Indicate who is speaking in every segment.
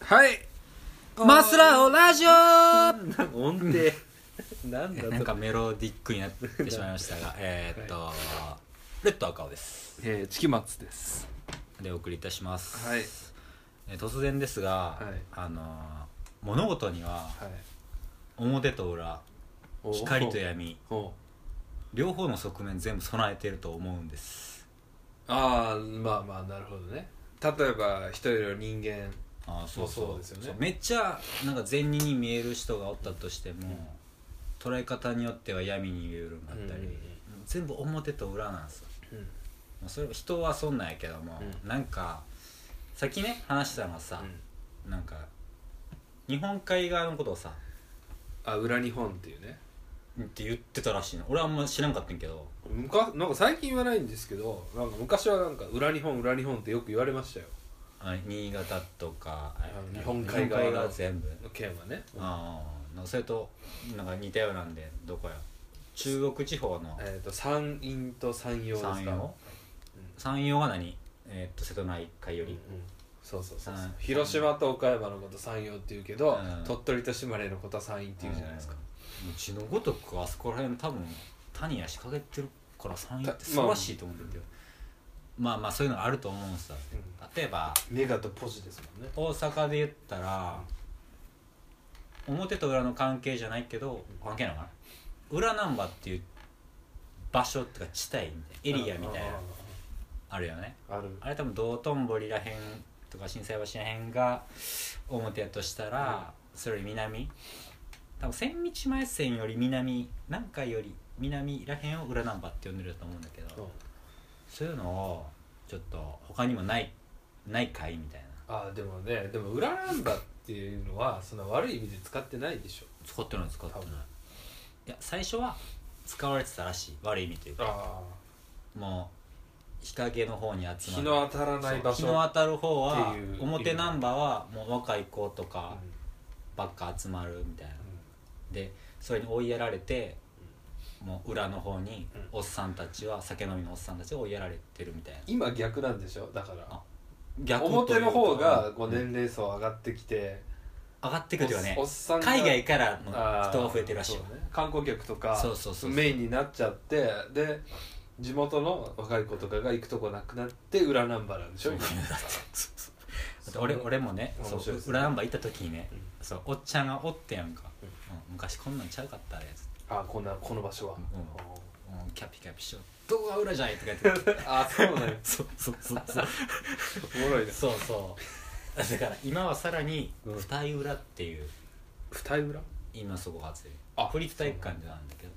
Speaker 1: はい
Speaker 2: マスラオラジオ
Speaker 3: なんか音程なんだ
Speaker 2: なん
Speaker 3: と
Speaker 2: かメロディックになってしまいました がえーっと、レッド赤尾です
Speaker 1: えー、チキマツです
Speaker 2: でお送りいたします、
Speaker 1: はい
Speaker 2: え突然ですが、
Speaker 1: はい
Speaker 2: あのー物事には
Speaker 1: はい
Speaker 2: 表と裏
Speaker 1: お
Speaker 2: 光と闇
Speaker 1: お
Speaker 2: 両方の側面全部備えてると思うんです
Speaker 1: ああまあまあなるほどね例えば一人の人間
Speaker 2: あーそうそう
Speaker 1: そうですよね
Speaker 2: そうめっちゃなんか善人に見える人がおったとしても、捉え方によっては闇に見えるのがあったり、
Speaker 1: うんうん
Speaker 2: 全部表と裏なんですよ
Speaker 1: うん
Speaker 2: まあそれは人はそんなんやけども、
Speaker 1: うん
Speaker 2: なんかさっきね話したのはさ、なんか日本海側のことをさ
Speaker 1: あ裏日本っていうね
Speaker 2: って言ってたらしいの俺はあんま知らんかったんやけど
Speaker 1: むかなんか最近言わないんですけどなんか昔はなんか裏日本裏日本ってよく言われましたよ
Speaker 2: あ新潟とか
Speaker 1: の日本海側の
Speaker 2: 日本が全部、
Speaker 1: 県はね、
Speaker 2: ああなんかそれとなんか似たようなんでどこや中国地方の
Speaker 1: えー、と山陰と山陽ですか
Speaker 2: 山陽山陽が何えーっと瀬戸内海よ
Speaker 1: うんう
Speaker 2: り
Speaker 1: ん、そうそうそうそう
Speaker 2: 山
Speaker 1: 広島と岡山のこと山陽っていうけど、
Speaker 2: うん
Speaker 1: 鳥取と島根のことは山陰っていうじゃないですか、
Speaker 2: うんうちのごとくあそこら辺多分谷や仕掛けてるから山陰って素晴らしいと思うんだけど、まあ、まあそういうのあると思うんですよ
Speaker 1: う
Speaker 2: 例えば
Speaker 1: メガとポジですもんね
Speaker 2: 大阪で言ったら表と裏の関係じゃないけど関係なのかな裏ナンバーっていう場所っていうか地帯みたいなエリアみたいなあるよね
Speaker 1: ある
Speaker 2: あれ多分道頓堀らへんとか心斎橋らへんが表やとしたら、それより南多分千日前線より南南海より南らへんを裏ナンバーって呼んでると思うんだけど、そういうのをちょっと他にもないないかいみたいな
Speaker 1: あでもねでも裏なんだっていうのはそんな悪い意味で使ってないでしょ
Speaker 2: 使ってない使ってない
Speaker 1: 多分
Speaker 2: いや最初は使われてたらしい悪い意味というか
Speaker 1: あ
Speaker 2: もう日陰の方に集ま
Speaker 1: 日
Speaker 2: る
Speaker 1: の当たらない場
Speaker 2: そう日の
Speaker 1: 所
Speaker 2: 当たる方は
Speaker 1: っていう
Speaker 2: 表ナンバーはもう若い子とかばっか集まるみたいな、でそれに追いやられてもう裏の方に
Speaker 1: うん
Speaker 2: おっさんたちは酒飲みのおっさんたちが追いやられてるみたいな
Speaker 1: 今逆なんでしょだから
Speaker 2: あ逆と
Speaker 1: 表
Speaker 2: いうか
Speaker 1: の方がこう
Speaker 2: うん
Speaker 1: 年齢層上がってきて、
Speaker 2: 上がってくるよね
Speaker 1: おっさんが
Speaker 2: 海外からの
Speaker 1: あー
Speaker 2: 人が増えてるらしいよ
Speaker 1: そうね観光客とか
Speaker 2: そうそうそうそう
Speaker 1: メインになっちゃってで地元の若い子とかが行くとこなくなって裏ナンバーなんでしょ
Speaker 2: そう
Speaker 1: 今
Speaker 2: だってだって俺俺もね
Speaker 1: 面
Speaker 2: そ
Speaker 1: 白いうですね
Speaker 2: 裏ナンバー行った時にね、
Speaker 1: うん
Speaker 2: そうおっちゃんがおってやんか、
Speaker 1: う
Speaker 2: うんん昔こんなんちゃうかったあれつって
Speaker 1: あこんなこの場所は、
Speaker 2: うんもうキャピキャピしようどこが裏じゃいとか言って
Speaker 1: あそうなんや
Speaker 2: そうそうそうそう
Speaker 1: おもろいね
Speaker 2: そうそうだから今はさらに
Speaker 1: うん
Speaker 2: 舞台裏っていう
Speaker 1: 二重裏
Speaker 2: 今すごい発
Speaker 1: あ
Speaker 2: あ国立体育館でなんだけど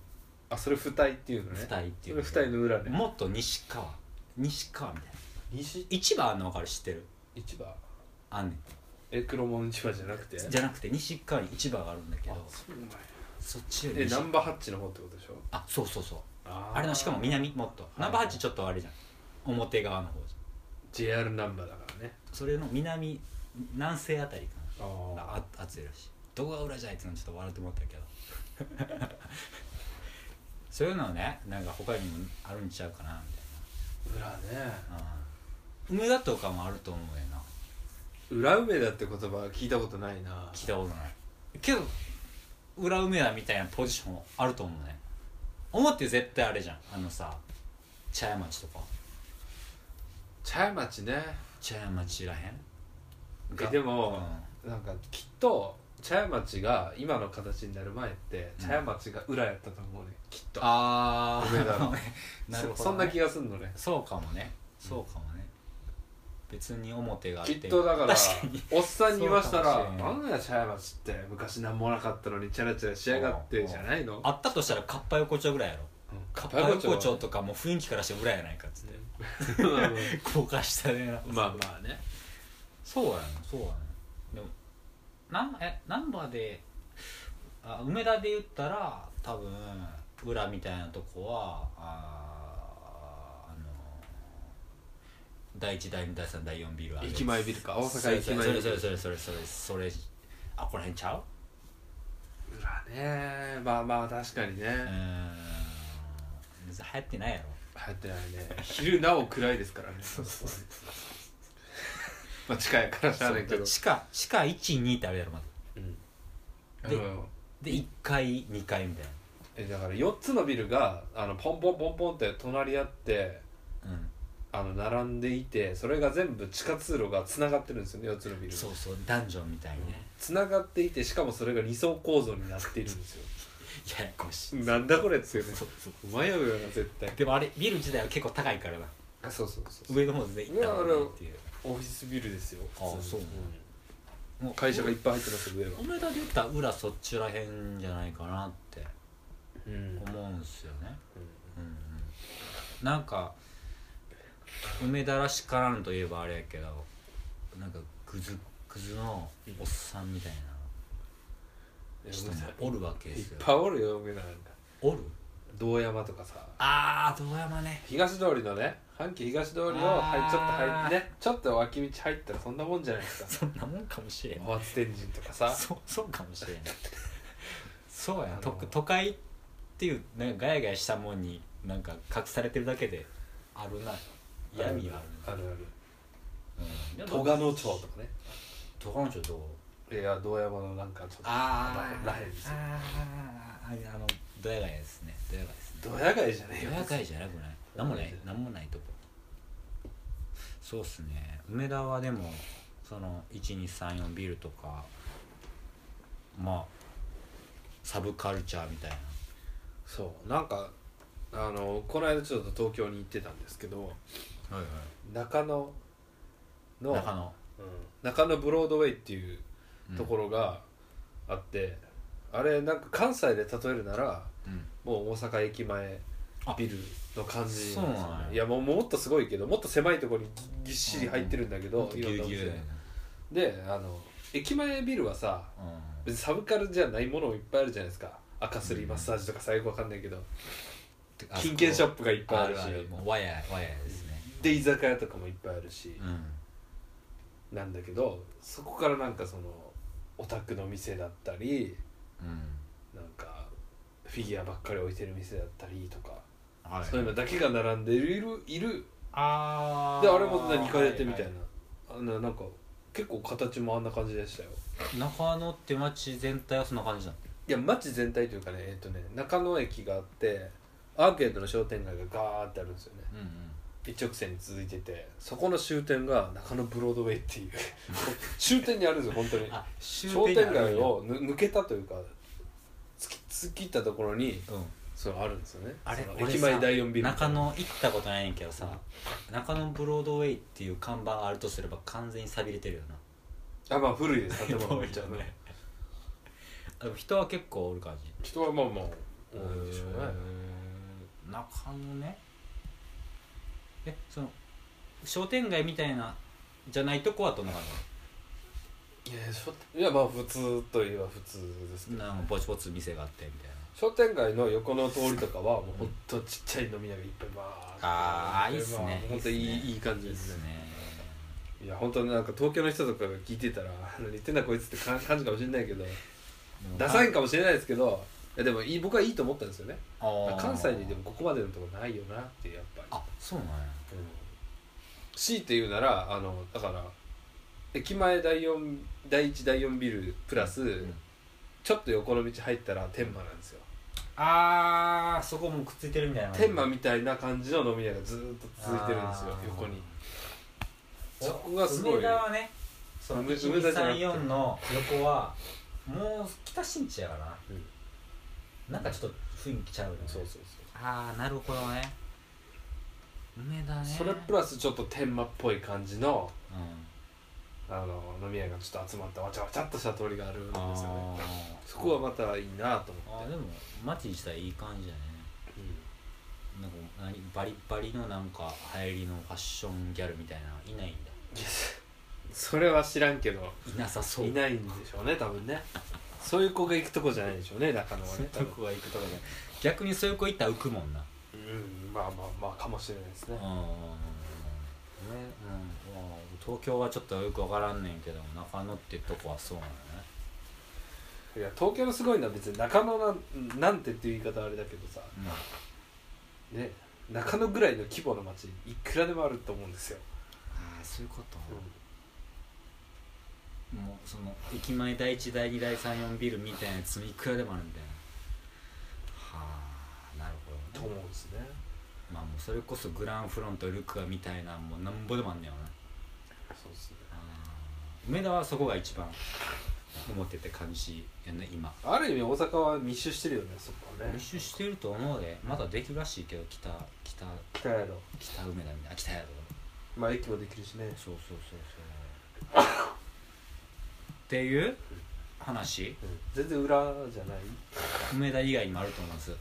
Speaker 1: あそれ二重っていうのね
Speaker 2: 二重っていう
Speaker 1: それ二重の裏ね
Speaker 2: もっと西川西川みたいな
Speaker 1: 西
Speaker 2: 市場あんの分かる知ってる
Speaker 1: 市場
Speaker 2: あんねん
Speaker 1: え黒門市場じゃなくて
Speaker 2: じゃなくて西側に市場があるんだけ
Speaker 1: あ
Speaker 2: ど
Speaker 1: そうなんや
Speaker 2: そっちより
Speaker 1: え
Speaker 2: 西
Speaker 1: ナンバーハッチの方ってことでしょ
Speaker 2: あそうそうそう
Speaker 1: あ
Speaker 2: あれのしかも南もっと
Speaker 1: い
Speaker 2: ナンバー8ちょっとあれじゃん表側の方じ
Speaker 1: JR ナンバーだからね
Speaker 2: ゃんそれの南南西あたりかな
Speaker 1: あ
Speaker 2: あ熱いらしいどこが裏じゃいってのちょっと笑ってもらったけど そういうのはねなんか他にもあるんちゃうかなみ
Speaker 1: 裏ね
Speaker 2: たいなうん梅田とかもあると思うよな
Speaker 1: 裏梅だって言葉は聞いたことないな
Speaker 2: 聞いたことないけど裏梅田みたいなポジションもあると思うね表絶対あれじゃんあのさ茶屋町とか
Speaker 1: 茶屋町ね
Speaker 2: 茶屋町らへん
Speaker 1: え
Speaker 2: が
Speaker 1: でも、なんかきっと茶屋町が今の形になる前って
Speaker 2: うん
Speaker 1: 茶屋町が裏やったと思うねきっと
Speaker 2: ああ
Speaker 1: 梅田の
Speaker 2: なるほど、ね、
Speaker 1: そそんな気がすんのね
Speaker 2: そうかもねそうかもね、別に表があっ
Speaker 1: き
Speaker 2: て
Speaker 1: っとだから
Speaker 2: 確かに
Speaker 1: おっさんに言わした
Speaker 2: そう
Speaker 1: ら「
Speaker 2: かもしれ
Speaker 1: な
Speaker 2: ない
Speaker 1: んや茶屋町って昔何もなかったのにチャラチャラしやがっ
Speaker 2: うん
Speaker 1: て」
Speaker 2: うん
Speaker 1: じゃないの
Speaker 2: あったとしたらカッパ横丁ぐらいやろ
Speaker 1: うん
Speaker 2: カッパ横丁
Speaker 1: か
Speaker 2: とかもう雰囲気からして裏やないかっ つって
Speaker 1: うん
Speaker 2: 高架下でな
Speaker 1: まあまあね
Speaker 2: そうやねそうやねでもなんえナンバーであ梅田で言ったら多分裏みたいなとこはあーあの第1第2第3第4ビルあるやつ
Speaker 1: 駅前ビルか大阪駅前ビル
Speaker 2: それそれそれそれそれそれそれあこら辺ちゃう
Speaker 1: 裏ねまあまあ確かに
Speaker 2: うー
Speaker 1: ね
Speaker 2: ん別に流行ってないやろ
Speaker 1: 流行ってないね昼なお暗いですからねまあ、近いからしゃあないけど
Speaker 2: 地下地下12ってあるやろまず
Speaker 1: うん
Speaker 2: で
Speaker 1: うん
Speaker 2: で1階2階みたい
Speaker 1: えだから4つのビルがあのポンポンポンポンって隣り合って
Speaker 2: なうん
Speaker 1: あの並んでいてそれが全部地下通路がつながってるんですよね4つのビルが
Speaker 2: そうそうダンジョンみたいにね
Speaker 1: つながっていてしかもそれが二層構造になっているんですよ
Speaker 2: ややこしい
Speaker 1: なんだこれっつよね
Speaker 2: そうそう
Speaker 1: 迷うよな絶対
Speaker 2: でもあれビル自体は結構高いからな
Speaker 1: あそうそうそう
Speaker 2: 上の方で行った方がいいっていう
Speaker 1: オフィスビルですよ
Speaker 2: あそうもう
Speaker 1: 会社がいっぱい入ってます上は
Speaker 2: おめだで言ったら裏そっちらへんじゃないかなって
Speaker 1: うん、
Speaker 2: 思うんすよねうんうんなんか梅田らしからんといえばあれやけどなんかグズグズのおっさんみたいな人もおるわけで
Speaker 1: いっ
Speaker 2: すよ
Speaker 1: ぱいおるよ梅田なんか
Speaker 2: おる
Speaker 1: 堂山とかさ
Speaker 2: あー堂山ね
Speaker 1: 東通りのね阪急東通りをはいちょっと入
Speaker 2: あー
Speaker 1: ってねちょっと脇道入ったらそんなもんじゃないですか
Speaker 2: そんなもんかもしれん
Speaker 1: 大津天神とかさ
Speaker 2: そうそうかもしれんそうや
Speaker 1: あの
Speaker 2: と都会っていうなんかガヤガヤしたもんになんか隠されてるだけであるな闇は
Speaker 1: あ
Speaker 2: ある
Speaker 1: る
Speaker 2: な
Speaker 1: ある戸賀野町とかね
Speaker 2: 戸賀の町どう
Speaker 1: いや堂山のなんかちょっと
Speaker 2: あ
Speaker 1: らへんですよ
Speaker 2: あーあのドヤ街ですねドヤ街ですね
Speaker 1: ドヤ街じゃねえ
Speaker 2: ド
Speaker 1: よ
Speaker 2: ヤ街じゃなくないなんもないなんもないとこそうっすね梅田はでもその1234ビルとかまあサブカルチャーみたいな
Speaker 1: そうなんかあのこの間ちょっと東京に行ってたんですけど
Speaker 2: はい
Speaker 1: 中野の
Speaker 2: 中野
Speaker 1: うん中野ブロードウェイっていうところがあって、あれなんか関西で例えるなら
Speaker 2: うん
Speaker 1: もう大阪駅前
Speaker 2: あ
Speaker 1: ビルの感じ
Speaker 2: そうなんや
Speaker 1: いやもうもっとすごいけどもっと狭いところにぎっしり入ってるんだけど、
Speaker 2: ぎ
Speaker 1: いろん
Speaker 2: ゅう
Speaker 1: なお
Speaker 2: ぎゅう
Speaker 1: 店
Speaker 2: だよね
Speaker 1: であの駅前ビルはさ
Speaker 2: うん
Speaker 1: 別にサブカルじゃないものもいっぱいあるじゃないですか赤すりマッサージとか最後わかんないけど
Speaker 2: てかあそこ
Speaker 1: 金券ショップがいっぱいあるし
Speaker 2: あるもう和や和やですね
Speaker 1: で居酒屋とかもいっぱいあるし
Speaker 2: う、ん
Speaker 1: なんだけどそこからなんかそのオタクの店だったり
Speaker 2: うん
Speaker 1: なんかフィギュアばっかり置いてる店だったりとか、
Speaker 2: はい
Speaker 1: そういうのだけが並んでいるいる
Speaker 2: あー
Speaker 1: であれも2階建てみたい
Speaker 2: は
Speaker 1: な、あのなんか結構形もあんな感じでしたよ
Speaker 2: いはい中野って街全体はそんな感じなの
Speaker 1: いや街全体というかねえっ、とね中野駅があってアーケードの商店街がガーってあるんですよね
Speaker 2: うんうん
Speaker 1: 一直線に続いててそこの終点が中野ブロードウェイっていう 終点にあるんですよ本当に
Speaker 2: あ終
Speaker 1: 商店
Speaker 2: にある
Speaker 1: 街
Speaker 2: んや
Speaker 1: をぬ抜けたというか突き突き切ったところに
Speaker 2: うん
Speaker 1: そうあるんですよね
Speaker 2: あれ
Speaker 1: その
Speaker 2: 俺さ
Speaker 1: 駅前第4ビル
Speaker 2: 中野行ったことないねんけどさ中野ブロードウェイっていう看板あるとすれば完全に錆びれてるよな
Speaker 1: あまあ古いです建物
Speaker 2: 遠
Speaker 1: め
Speaker 2: い
Speaker 1: っちゃ
Speaker 2: よ
Speaker 1: ね
Speaker 2: ねでも人は結構おる感じ
Speaker 1: 人はまあまあ多いでしょうね
Speaker 2: へー中野ねえその商店街みたいなじゃないとこはどんな感
Speaker 1: いやしょいやまあ普通といえば普通ですけ
Speaker 2: じ
Speaker 1: ど
Speaker 2: なんかぼちぼち店があってみたいな
Speaker 1: 商店街の横の通りとかはもうほんとちっちゃい飲み屋がいっぱいバーって
Speaker 2: あーいいっすね
Speaker 1: まあほんといい
Speaker 2: いいっすね
Speaker 1: いい感
Speaker 2: い
Speaker 1: じ
Speaker 2: いっ
Speaker 1: ですすね
Speaker 2: ね
Speaker 1: いや本当なんか東京の人とかが聞いてたら「何言ってんだこいつ」って感感じかもしれないけどダサいかもしれないですけどいやでもいい僕はいいと思ったんですよね
Speaker 2: あー
Speaker 1: 関西にでもここまでのとこないよなってやっぱり
Speaker 2: あそうなんや
Speaker 1: うん強いて言うならあのだから駅前第4第1第4ビルプラス、
Speaker 2: ん
Speaker 1: ちょっと横の道入ったら天満なんですよ、
Speaker 2: あーそこもくっついてるみたいな
Speaker 1: 天満みたいな感じの飲み屋がずーっと続いてるんですよ
Speaker 2: あー
Speaker 1: 横に
Speaker 2: お
Speaker 1: そこがすごい
Speaker 2: 梅田はねその
Speaker 1: 梅梅田じゃなくて
Speaker 2: 1234の横はもう北新地やからな、なんかちょっと雰囲気ちゃうよね
Speaker 1: そうそう
Speaker 2: ああなるほどね梅田ね
Speaker 1: そうそれプラスちょっと天満っぽい感じの
Speaker 2: うん
Speaker 1: あの飲み屋がちょっと集まったわちゃわちゃっとした通りがあるんですよね
Speaker 2: あ
Speaker 1: そこはまたいいなと
Speaker 2: あ
Speaker 1: 思っ
Speaker 2: ー
Speaker 1: て
Speaker 2: でも街自体いい感じだね
Speaker 1: うん
Speaker 2: なんか何バリッバリのなんか流行りのファッションギャルみたいないないんだ
Speaker 1: いやそれは知らんけど
Speaker 2: いなさそう
Speaker 1: いないんでしょうね多分ねそういう子が行くとこじゃないでしょうね中野はね多
Speaker 2: ど
Speaker 1: 分
Speaker 2: こは行くとかじゃない逆にそういう子行ったら浮くもんな
Speaker 1: うんまあまあまあかもしれないです
Speaker 2: う
Speaker 1: ね
Speaker 2: ん、ねうんまあ、東京はちょっとよくわからんねんけど中野ってとこはそうなのね
Speaker 1: いや東京のすごいのは別に中野なんなんてっていう言い方はあれだけどさね中野ぐらいの規模の街いくらでもあると思うんですよ、
Speaker 2: ああそういうこと、その駅前第1第2第34ビルみたいなやついくらでもあるみたいなはあなるほ
Speaker 1: と
Speaker 2: どね
Speaker 1: 思うんですね
Speaker 2: まあもうそれこそグランフロントルクアみたいなもうなんぼでもあんねやろな
Speaker 1: そうですね
Speaker 2: あー梅田はそこが一番思ってて感じやね今
Speaker 1: ある意味大阪は密集してるよねそこはね
Speaker 2: 練習してると思うでまだできるらしいけど北北
Speaker 1: 北やろ
Speaker 2: 北梅田みたいな北やろ
Speaker 1: まあ駅もできるしね
Speaker 2: そうそうそうそうっていう話
Speaker 1: うん全然裏じゃない
Speaker 2: 梅田以外にもあると思います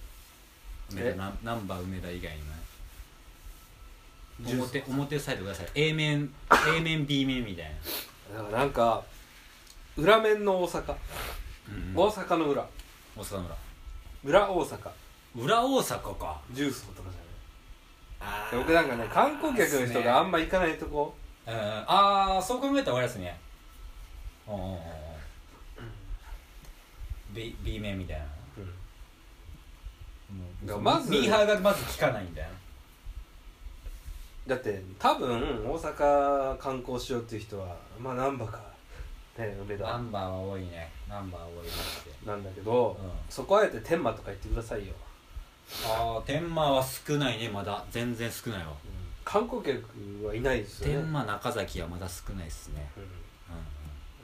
Speaker 2: 梅
Speaker 1: え
Speaker 2: 田ナンナンバー梅田以外にもね
Speaker 1: ジュース
Speaker 2: 表表サイドください A 面 A 面 B 面みたいな、
Speaker 1: だからなんか裏面の大阪、
Speaker 2: うん
Speaker 1: 大阪の裏
Speaker 2: 大阪村
Speaker 1: 裏大阪
Speaker 2: 裏大阪か
Speaker 1: ジュースとかじゃない
Speaker 2: あ
Speaker 1: で僕なんかね観光客の人があんま行かないとこ
Speaker 2: うんああそう考えたら悪いですねうんうんうんうん B, B 面みたいな
Speaker 1: だか
Speaker 2: も
Speaker 1: ら
Speaker 2: う
Speaker 1: まず
Speaker 2: ミーハーがまず聞かないみたいな
Speaker 1: だって多分大阪観光しようっていう人はまあ難波かね梅
Speaker 2: ナ
Speaker 1: 田
Speaker 2: ンバーは多いねナンバーは多いなって
Speaker 1: なんだけど、
Speaker 2: うん
Speaker 1: そこはあえて天満とか行ってくださいよ、
Speaker 2: ああ天満は少ないねまだ全然少ないわ
Speaker 1: 観光客はいないですよね
Speaker 2: 天満中崎はまだ少ないっすね
Speaker 1: うん
Speaker 2: うん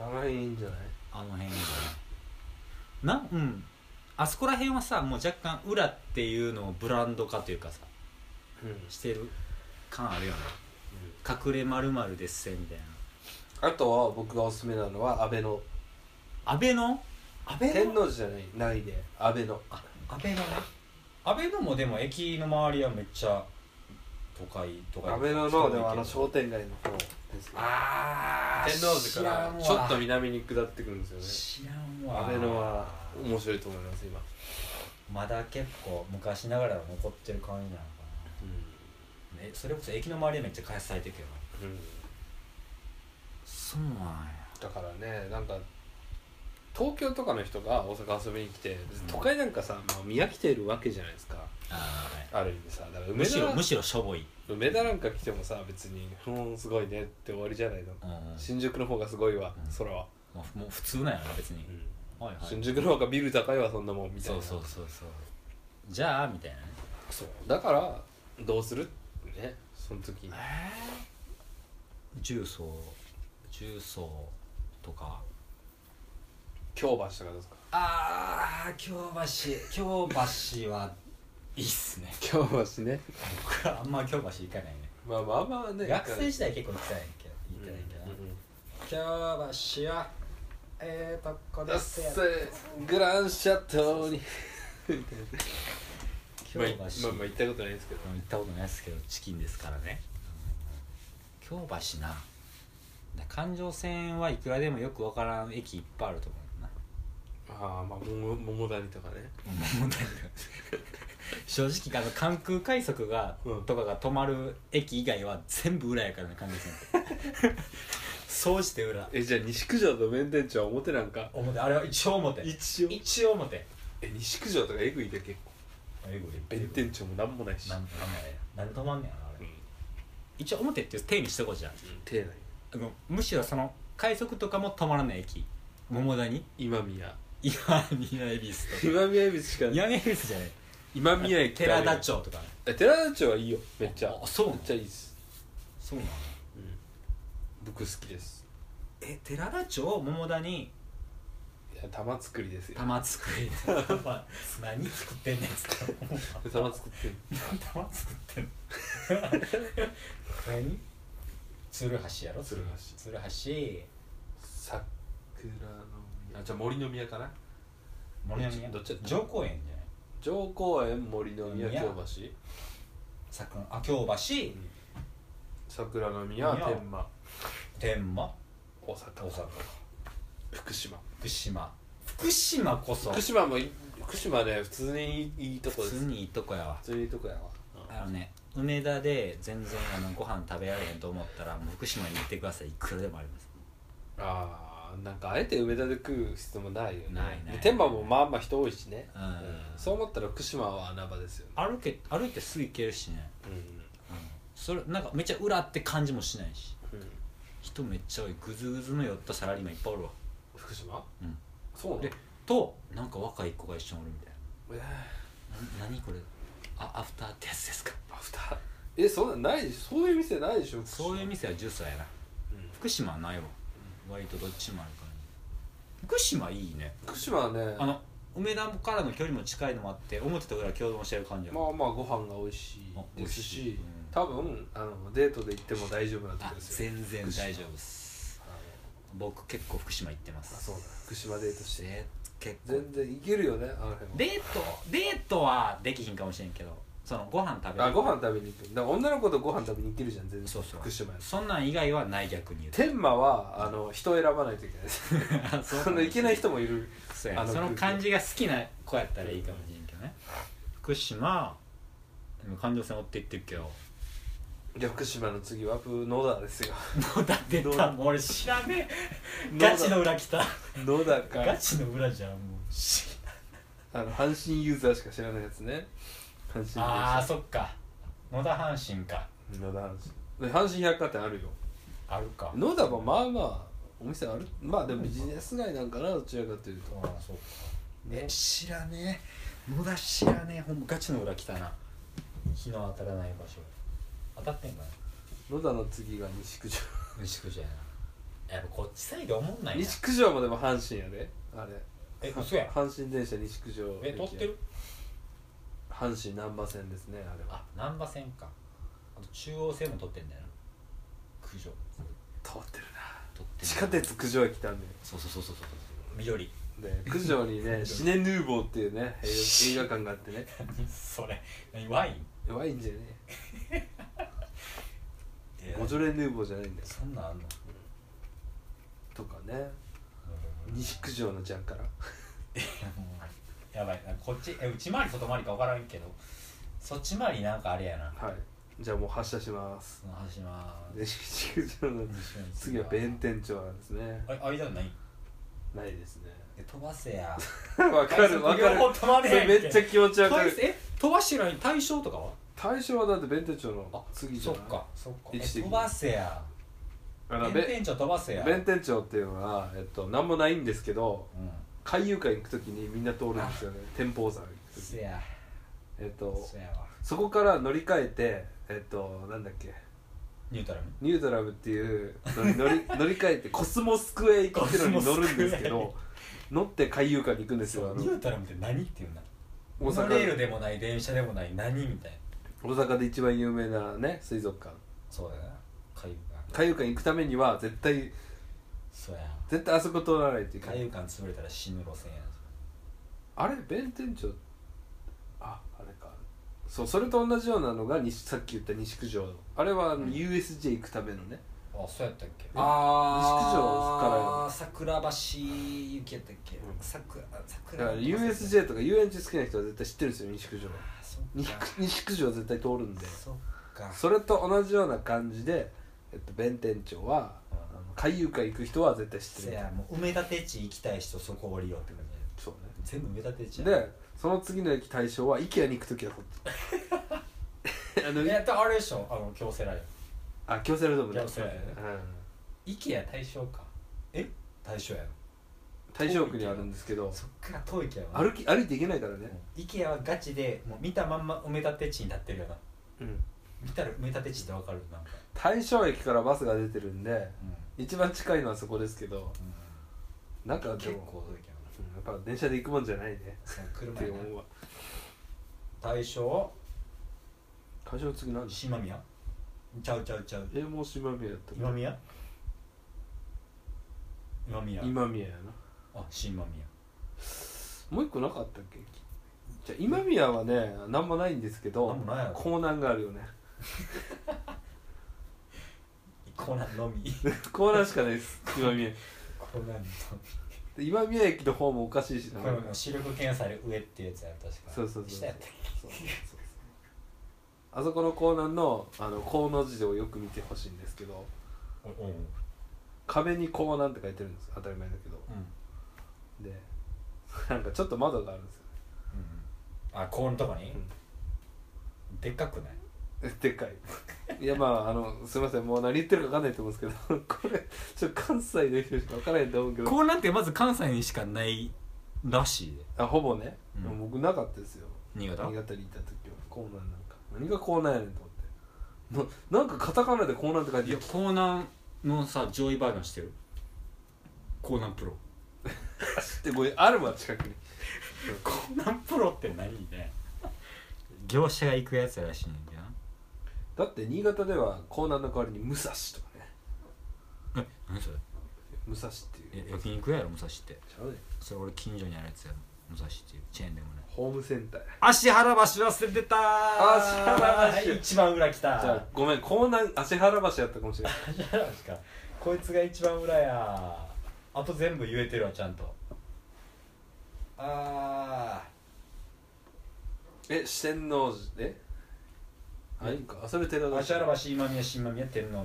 Speaker 2: うん
Speaker 1: あの辺いいんじゃない
Speaker 2: あの辺がねなうんあそこら辺はさもう若干裏っていうのをブランド化というかさ
Speaker 1: うん、
Speaker 2: してる感あるよね隠れまるまるですせみたいな
Speaker 1: あとは僕がおすすめなのは安倍の
Speaker 2: 安倍の安倍
Speaker 1: 天王寺じゃないないで安倍の
Speaker 2: あ安倍のね安倍のもでも駅の周りはめっちゃ都会都会
Speaker 1: 安倍ののでもあの商店街の方ですね
Speaker 2: ああ
Speaker 1: 天王寺からちょっと南に下ってくるんですよね
Speaker 2: 知らんわ
Speaker 1: 安倍のは面白いと思います今、
Speaker 2: まだ結構昔ながらの残ってる感じなのかなえそれこそ駅の周りはめっちゃ開発されてるけど
Speaker 1: うん、
Speaker 2: そうなん
Speaker 1: だからねなんか東京とかの人が大阪遊びに来て都会なんかさ、まあ、見飽きてるわけじゃないですか
Speaker 2: や
Speaker 1: ある意味さだから
Speaker 2: む
Speaker 1: 梅
Speaker 2: し
Speaker 1: 田
Speaker 2: ろむしろしょぼい、
Speaker 1: 梅田なんか来てもさ別に「ふーんすごいね」って終わりじゃないの、
Speaker 2: うんうん
Speaker 1: 新宿の方がすごいわ
Speaker 2: うん
Speaker 1: 空は、
Speaker 2: まあ、もう普通なんやろ別に、はいはい
Speaker 1: 新宿の方がビル高いわそんなもんみたい
Speaker 2: そ
Speaker 1: な
Speaker 2: うそうそうそうじゃあみたいなね
Speaker 1: そうだからどうするねその時に
Speaker 2: 重曹重曹とか
Speaker 1: 京橋とかどうですか
Speaker 2: ああ京橋京橋はいいっすね
Speaker 1: 京橋ね
Speaker 2: 僕はあんま京橋行かないね
Speaker 1: まあまあまあね
Speaker 2: 学生
Speaker 1: 行
Speaker 2: 時代結構行きたいけど行ってないけどな、京橋はええとこ
Speaker 1: だ
Speaker 2: で
Speaker 1: っ
Speaker 2: す
Speaker 1: せ
Speaker 2: や
Speaker 1: ーグランシャトーに
Speaker 2: 京
Speaker 1: まあ、
Speaker 2: 橋、
Speaker 1: まあまあ行ったことないですけど
Speaker 2: 行ったことないですけどチキンですからね京橋な環状線はいくらでもよくわからん駅いっぱいあると思うな
Speaker 1: ああまあ桃桃谷とかね
Speaker 2: 問題ない正直あの関空快速が、
Speaker 1: うん
Speaker 2: とかが止まる駅以外は全部裏やからね感じですねそうして裏
Speaker 1: えじゃあ西九条と弁天町は表なんか
Speaker 2: 表あれは一応表
Speaker 1: 一応
Speaker 2: 一応表
Speaker 1: え西九条とかえぐいで結構弁天町もなんもないし、
Speaker 2: なん
Speaker 1: うん、
Speaker 2: なんで止まんねんあれ一応表っていう定義しとこうじゃん
Speaker 1: 手ない
Speaker 2: あのむしろその快速とかも止まらない駅桃谷
Speaker 1: 今宮
Speaker 2: 今宮恵比寿とか
Speaker 1: 今宮駅しかない
Speaker 2: 今宮恵比寿じゃない
Speaker 1: 今宮駅
Speaker 2: 寺田
Speaker 1: 町
Speaker 2: 町とか
Speaker 1: え寺田町はいいよめっちゃ
Speaker 2: あそうな
Speaker 1: めっ
Speaker 2: の
Speaker 1: ちゃいいです、
Speaker 2: そうなの
Speaker 1: うん、僕好きです
Speaker 2: え寺田町桃谷
Speaker 1: いや玉作りですよ
Speaker 2: 玉作り何作ってんねんっつったら
Speaker 1: 玉作ってる
Speaker 2: 玉作ってんの 何鶴橋やろ
Speaker 1: 鶴橋
Speaker 2: 鶴橋
Speaker 1: 桜の宮あじゃあ森の宮かな
Speaker 2: 森の宮
Speaker 1: どっちだった
Speaker 2: 城公園じゃない
Speaker 1: 城公園森の宮
Speaker 2: 宮
Speaker 1: 京橋
Speaker 2: 桜のあ京橋
Speaker 1: 桜の宮
Speaker 2: 宮
Speaker 1: 天満
Speaker 2: 天満
Speaker 1: 大阪
Speaker 2: 大阪
Speaker 1: 福島
Speaker 2: 福島福島こそ
Speaker 1: 福島もい福島ね普通にいいいいとこ
Speaker 2: 普
Speaker 1: です
Speaker 2: 通にいいとこやわ
Speaker 1: 普通にいいとこやわ、
Speaker 2: あのね梅田で全然あのご飯食べられへんと思ったらもう福島に行ってくださいいくらでもあります
Speaker 1: ああなんかあえて梅田で食う必要もないよね
Speaker 2: ないない
Speaker 1: で天満もまあまあ人多いしね、
Speaker 2: うん
Speaker 1: そう思ったら福島は穴場ですよね、
Speaker 2: 歩け歩いてすぐ行けるしね、うん、それなんかめっちゃ裏って感じもしないし
Speaker 1: うん
Speaker 2: 人めっちゃ多いグズグズの寄ったサラリーマンいっぱいおるわ
Speaker 1: 福島
Speaker 2: うん
Speaker 1: そうなの
Speaker 2: でとなんか若い子が一緒におるみたい
Speaker 1: え
Speaker 2: なな何これあアフターってやつですか
Speaker 1: ーアフターえそんなんないでしょそういう店ないでしょ福島
Speaker 2: そういう店はジュースやな
Speaker 1: うん
Speaker 2: 福島はないわ割とどっちもあるから福島いいね
Speaker 1: 福島はね
Speaker 2: あの梅田からの距離も近いのもあって思ってたぐらい共存してる感じや
Speaker 1: まあまあご飯が美味し
Speaker 2: あ
Speaker 1: いです
Speaker 2: 美味しい
Speaker 1: し
Speaker 2: うん
Speaker 1: 多分あのデートで行っても大丈夫なと
Speaker 2: あ
Speaker 1: こですよ
Speaker 2: 全然大丈夫です
Speaker 1: あの
Speaker 2: 僕結構福島行ってま
Speaker 1: あそう
Speaker 2: す
Speaker 1: だ福島デートして
Speaker 2: ぜ結構
Speaker 1: 全然いけるよねあの辺も
Speaker 2: デートデートはできひんかもしれんけどそのご飯食べる
Speaker 1: あご飯食べに行くだから女の子とご飯食べに行けるじゃん全然
Speaker 2: そうそう
Speaker 1: 福島やし
Speaker 2: そんなん以外はない逆に言うと
Speaker 1: 天満はあの人を選ばないといけないです
Speaker 2: あそう
Speaker 1: そのいけない人もいる
Speaker 2: そうや
Speaker 1: あの
Speaker 2: その感じが好きな子やったらいいかもしれんけどね福島でも環状線追って行ってるけど
Speaker 1: じゃあ福島の次は野田ですよ
Speaker 2: 野田出たもう俺知らねえ
Speaker 1: 野田
Speaker 2: ガチの裏来た
Speaker 1: 野田
Speaker 2: ガ
Speaker 1: か
Speaker 2: チの裏じゃんもう知
Speaker 1: あの阪神ユーザーしか知らないやつね阪神ユーザ
Speaker 2: らんああそっか野田阪神か
Speaker 1: ー野田阪神で阪神百貨店あるよ
Speaker 2: あるか
Speaker 1: 野田はまあまあお店あるまあでもビジネス街なんかなどちらかというと
Speaker 2: ああそっか
Speaker 1: ね
Speaker 2: え知らねえ野田知らねえほんまガチの裏来たな日の当たらない場所当たってんかな
Speaker 1: 野田の次が西九条
Speaker 2: 西九条やなやっぱこっちサイドおもんないな
Speaker 1: 西九条もでも阪神やであれ
Speaker 2: え嘘やん
Speaker 1: 阪神電車西九条
Speaker 2: え撮ってる
Speaker 1: 阪神難波線ですねあれは
Speaker 2: あ難波線かあと中央線も撮ってんだよな九条
Speaker 1: 通ってるな
Speaker 2: 撮ってん
Speaker 1: 地下鉄九条駅たんで
Speaker 2: そうそうそうそうそうそう緑
Speaker 1: で九条に ねシネヌーボーっていうね映画映画館があってね
Speaker 2: それ何ワイン
Speaker 1: ワインじゃね
Speaker 2: え
Speaker 1: えボジョレ・ヌーボーじゃないんだよ
Speaker 2: そんなんあんの
Speaker 1: とかね西九条のジャンから
Speaker 2: やばいなこっちえ内回り外回りか分からんけどそっち回りなんかあれやな
Speaker 1: はいじゃあもう発車します
Speaker 2: その端は
Speaker 1: で西九条の次は弁天町なんですね
Speaker 2: あれ間ない
Speaker 1: ないです ね
Speaker 2: え飛ばせや
Speaker 1: わかるわかる
Speaker 2: 両方止ま
Speaker 1: そ
Speaker 2: れへ
Speaker 1: れ
Speaker 2: ん
Speaker 1: めっちゃ気持ちわか
Speaker 2: 大
Speaker 1: る
Speaker 2: え飛ばしてない対象とかは
Speaker 1: 対象はだって弁天町
Speaker 2: あ
Speaker 1: の次じゃ
Speaker 2: そっ
Speaker 1: ない
Speaker 2: かそっかえ
Speaker 1: 位置的に
Speaker 2: 飛ばせや
Speaker 1: あの
Speaker 2: 弁
Speaker 1: べ
Speaker 2: 天町飛ばせや
Speaker 1: 弁天町っていうのは、えっと、なんもないんですけど
Speaker 2: うん
Speaker 1: 海遊会行く時にみんな通るんですよね天保山行く時
Speaker 2: せや
Speaker 1: えっと
Speaker 2: せやわ
Speaker 1: そこから乗り換えてえっとなんだっけ
Speaker 2: ニュートラル
Speaker 1: ニュートラムっていうのに乗り 乗り換えてコスモスクエ行くっていうのに乗るんですけ
Speaker 2: コ
Speaker 1: ど乗って海遊館に行くんです
Speaker 2: そ
Speaker 1: よあ
Speaker 2: う
Speaker 1: の
Speaker 2: ニュートラルって何っていうんだモ
Speaker 1: 大
Speaker 2: ノレール
Speaker 1: 阪
Speaker 2: でもない電車でもない何みたいな
Speaker 1: 大阪で一番有名なね水族館
Speaker 2: そうだな海遊館
Speaker 1: 海遊館行くためには絶対
Speaker 2: そうや
Speaker 1: 絶対あそこ通らないといけな
Speaker 2: 海
Speaker 1: い
Speaker 2: 遊館潰れたら死ぬ路線や
Speaker 1: あれ弁天町ああれかそうそれと同じようなのが西さっき言った西九条あれはあの
Speaker 2: うん
Speaker 1: USJ 行くためのね
Speaker 2: あそうやったっけ
Speaker 1: あ
Speaker 2: あ桜橋行きやったっけ、
Speaker 1: うん
Speaker 2: 桜
Speaker 1: だ
Speaker 2: 桜
Speaker 1: から USJ とか遊園地好きな人は絶対知ってるんですよ西九条は
Speaker 2: あそっ
Speaker 1: 西
Speaker 2: か
Speaker 1: 西九条は絶対通るんで
Speaker 2: そっか
Speaker 1: それと同じような感じで、えっと、弁天町は
Speaker 2: うん
Speaker 1: あの海遊会行く人は絶対知って
Speaker 2: せ
Speaker 1: る
Speaker 2: やもう埋め立て地行きたい人そこ降りようって感
Speaker 1: そうね
Speaker 2: じ全部埋め立て地や
Speaker 1: でその次の駅対象は IKEA に行く時はそっち あの
Speaker 2: えっとあれでしょあの京セラよ
Speaker 1: あ京セラドームね
Speaker 2: 京セラやね
Speaker 1: うん、
Speaker 2: IKEA 大正かえ大正やろ
Speaker 1: 大正区にあるんですけど
Speaker 2: そっから遠いけどな
Speaker 1: 歩き歩いていけないからね、
Speaker 2: IKEA はガチでもう見たまんま埋め立て地になってるよな
Speaker 1: うん、
Speaker 2: 見たら埋め立て地ってわかるなんか
Speaker 1: 大正駅からバスが出てるんで
Speaker 2: うん、
Speaker 1: 一番近いのはそこですけどなんかで
Speaker 2: 結
Speaker 1: も
Speaker 2: 構遠いけどな
Speaker 1: うんやっぱ電車で行くもんじゃないね
Speaker 2: その
Speaker 1: っ
Speaker 2: 車
Speaker 1: て
Speaker 2: や
Speaker 1: 思
Speaker 2: な
Speaker 1: うわ
Speaker 2: 大正
Speaker 1: 大正の次何
Speaker 2: 島宮ちゃうちゃうちゃう
Speaker 1: えもう島宮やった
Speaker 2: 今宮今宮
Speaker 1: 今宮やな
Speaker 2: あ新今宮
Speaker 1: もう一個なかったっけじゃあ今宮はねなんもないんですけど
Speaker 2: なんもないやろ
Speaker 1: 港南があるよね
Speaker 2: コナンの み
Speaker 1: 港南しかないです今宮
Speaker 2: コナンの
Speaker 1: で今宮駅の方もおかしいし
Speaker 2: み
Speaker 1: な
Speaker 2: これも視力検査で上ってやつや確か
Speaker 1: そうそうそう
Speaker 2: 下やったっ
Speaker 1: そうそうそうあそこの港南のあの港の字をよく見てほしいんですけど
Speaker 2: けうんうん
Speaker 1: 壁に港南って書いてるんです当たり前だけどで なんかちょっと窓があるんですよ、
Speaker 2: あここのとこに
Speaker 1: ね
Speaker 2: でっかくない
Speaker 1: でっかいいやまああのすいませんもう何言ってるか分かんないと思うんですけど これちょっと関西の人しか分からないと思うけど
Speaker 2: こうなんてまず関西にしかないらしいで
Speaker 1: あほぼね、
Speaker 2: うん
Speaker 1: でも僕なかったですよ
Speaker 2: 新潟
Speaker 1: 新潟にいた時はコーナーなんか何がコーナーやねんと思ってななんかカタカナでコーナーって書い
Speaker 2: い
Speaker 1: て
Speaker 2: や
Speaker 1: る
Speaker 2: 江南のさ上位バージョンしてる江南プロ
Speaker 1: ってこれあるわ近くに
Speaker 2: 江南プロって何ね業者が行くやつらしいねんだけどな
Speaker 1: だって新潟ではコーナーの代わりに武蔵とかね
Speaker 2: え何それ
Speaker 1: 武蔵っていう
Speaker 2: え焼肉屋やろ武蔵って
Speaker 1: ちゃうね
Speaker 2: それ俺近所にあるやつやろ武蔵っていうチェーンでもない
Speaker 1: ホームセンターや
Speaker 2: 足原橋忘れてたー
Speaker 1: 足原橋
Speaker 2: 一番裏来た
Speaker 1: じゃあごめん江南芦原橋やったかもしれない
Speaker 2: 足原橋かこいつが一番裏やあと全部言えてるわちゃんとあ
Speaker 1: え四天王寺えあいいかあそれ寺
Speaker 2: あ
Speaker 1: 田
Speaker 2: 足原橋今宮新今宮天皇寺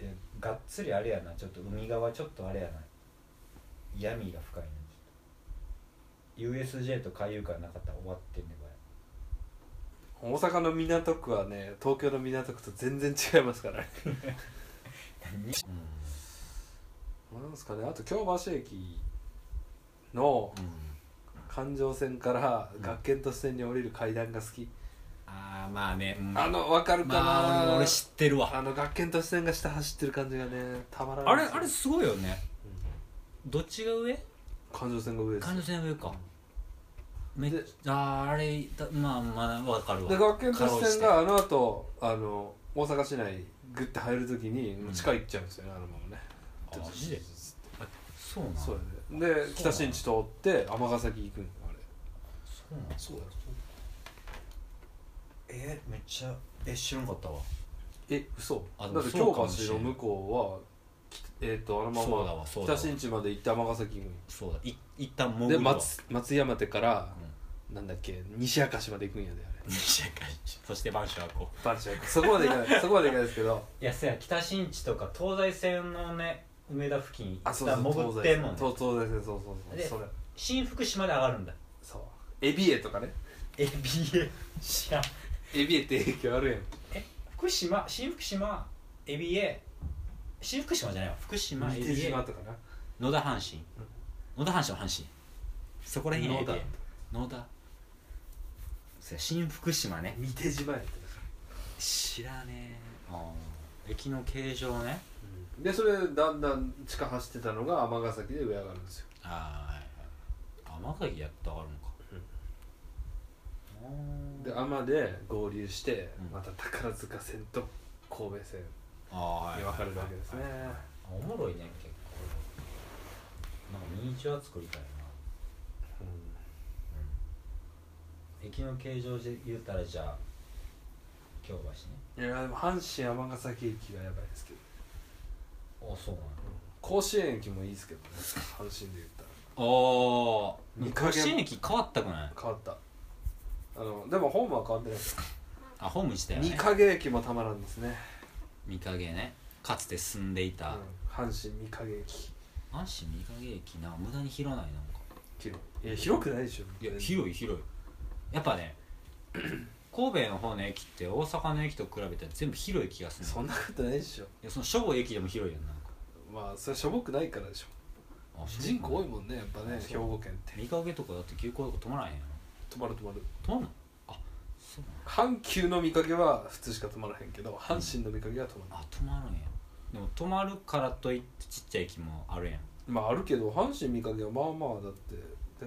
Speaker 2: えがっつりあれやなちょっと海側ちょっとあれやな闇が深いなちょっと USJ と海遊館なかったら終わってんねこれ
Speaker 1: 大阪の港区はね東京の港区と全然違いますからねなんですかねあと京橋駅の環状線から学研都市線に降りる階段が好き、
Speaker 2: ああまあね、うん
Speaker 1: あの分かるかな、
Speaker 2: まあ俺俺知ってるわ
Speaker 1: あの学研都市線が下走ってる感じがねたまらない
Speaker 2: あれあれすごいよねどっちが上
Speaker 1: 環状線が上です
Speaker 2: 感情線が上かめっ
Speaker 1: で
Speaker 2: あーあれだまあまあわかるわ
Speaker 1: で学研都市線
Speaker 2: か
Speaker 1: があの後あの大阪市内グッて入るときにもう地下行っちゃうんですよね、あのままね
Speaker 2: あマジでろうしてそうなん
Speaker 1: そ
Speaker 2: そうう
Speaker 1: やねで北新地通って尼崎行くんよあれ
Speaker 2: なん
Speaker 1: そうだよ
Speaker 2: えめっちゃえ知らんかったわ
Speaker 1: え嘘
Speaker 2: あ
Speaker 1: だ
Speaker 2: で
Speaker 1: っ
Speaker 2: も
Speaker 1: て
Speaker 2: そう
Speaker 1: 京
Speaker 2: かもしれん
Speaker 1: 橋の向こうはきえっ、とあのま
Speaker 2: そうだ
Speaker 1: ま
Speaker 2: わそうだ
Speaker 1: 北
Speaker 2: わ
Speaker 1: 新地まで行って尼崎行くんよ
Speaker 2: そうだい一旦潜
Speaker 1: で
Speaker 2: るわ
Speaker 1: 松松山手から、なんだっけ西明石まで行くんやであれ
Speaker 2: うん西明石 そして晩酌はこ
Speaker 1: バンシャそこまで行かない そこまで行かないですけど
Speaker 2: ういやせや北新地とか東西線のね梅田付近
Speaker 1: あそうそう
Speaker 2: 潜ってんもん、
Speaker 1: 東西東西線そうそう
Speaker 2: で
Speaker 1: そうそれ
Speaker 2: 新福島で上がるんだ
Speaker 1: そうエビエとかね
Speaker 2: え BA 知らん
Speaker 1: エビエって影響あるやん
Speaker 2: 福島新福島エビエ新福島じゃないわ福島エ
Speaker 1: 三
Speaker 2: ビ
Speaker 1: 手
Speaker 2: エ
Speaker 1: 島とかな
Speaker 2: 野田阪神、野田阪神は阪神そこら辺やエビエ
Speaker 1: 野田
Speaker 2: 野田そうや新福島ね
Speaker 1: 三手島やってた
Speaker 2: 知らねえあー駅の形状ね
Speaker 1: でそれだんだん地下走ってたのが尼崎で上上がるんですよ
Speaker 2: ああ天崎やったがあるのか、あ
Speaker 1: で
Speaker 2: ー
Speaker 1: 天で合流して、
Speaker 2: うん
Speaker 1: また宝塚線と神戸線
Speaker 2: あー
Speaker 1: に分かれるわけですね、
Speaker 2: おもろいね結構なんかミニチュア作りたいな駅の形状で言うたらじゃあ京橋ね
Speaker 1: うんいやでも阪神尼崎駅はやばいですけど
Speaker 2: あそうなの
Speaker 1: 甲子園駅もいいですけどね阪神で言ったら
Speaker 2: あ
Speaker 1: 二
Speaker 2: あ
Speaker 1: 階
Speaker 2: 甲子園駅変わったくない
Speaker 1: 変わったあのでもホームは変わってないです
Speaker 2: あホーム自体は
Speaker 1: 三
Speaker 2: ね
Speaker 1: 影駅もたまらんですね、
Speaker 2: 三影ねかつて住んでいうた
Speaker 1: ん、阪神三影駅
Speaker 2: 阪神三影駅な無駄に広ないなんか
Speaker 1: 広いいや広くないでしょ
Speaker 2: いや広い広いやっぱね 神戸の方の駅って大阪の駅と比べたら全部広い気がする
Speaker 1: そんなことないでしょ
Speaker 2: いやそのしょぼい駅でも広いやんなんか
Speaker 1: まあそれしょぼくないからでしょ
Speaker 2: あそう
Speaker 1: 人口多いもんねやっぱね
Speaker 2: そう
Speaker 1: 兵庫県って
Speaker 2: 三影とかだって急行とか止まらへんやん
Speaker 1: 止まる止まる
Speaker 2: 止まんのあそうなの
Speaker 1: 阪急の見かけは普通しか止まらへんけど阪神の見かけは止まらない、
Speaker 2: あ止まるんやでも止まるからといってちっちゃい駅もあるやん
Speaker 1: まああるけど阪神見かけはまあまあだって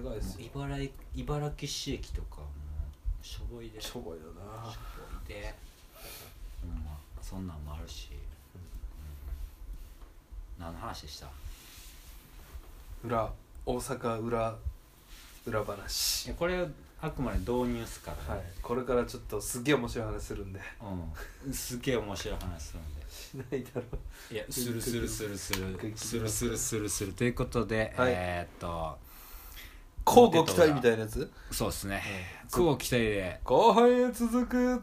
Speaker 1: でかいっすよ
Speaker 2: 茨城茨城市駅とかもうしょぼいでしょ
Speaker 1: しょぼいよな
Speaker 2: ぼいでほんまそんなんもあるし、うん何の話でした
Speaker 1: 裏大阪裏裏話
Speaker 2: いやこれあくまで導入っすから
Speaker 1: はい
Speaker 2: ね、
Speaker 1: これからちょっとすっげえ面白い話するんで
Speaker 2: うん、すげえ面白い話するん
Speaker 1: し
Speaker 2: で
Speaker 1: ないだろう
Speaker 2: いやするするするする
Speaker 1: 一回聞いて
Speaker 2: するするするするということで、
Speaker 1: はい
Speaker 2: えー、っと
Speaker 1: 交互期待みたいなやつ
Speaker 2: そうですね久保期待で
Speaker 1: 後半へ続く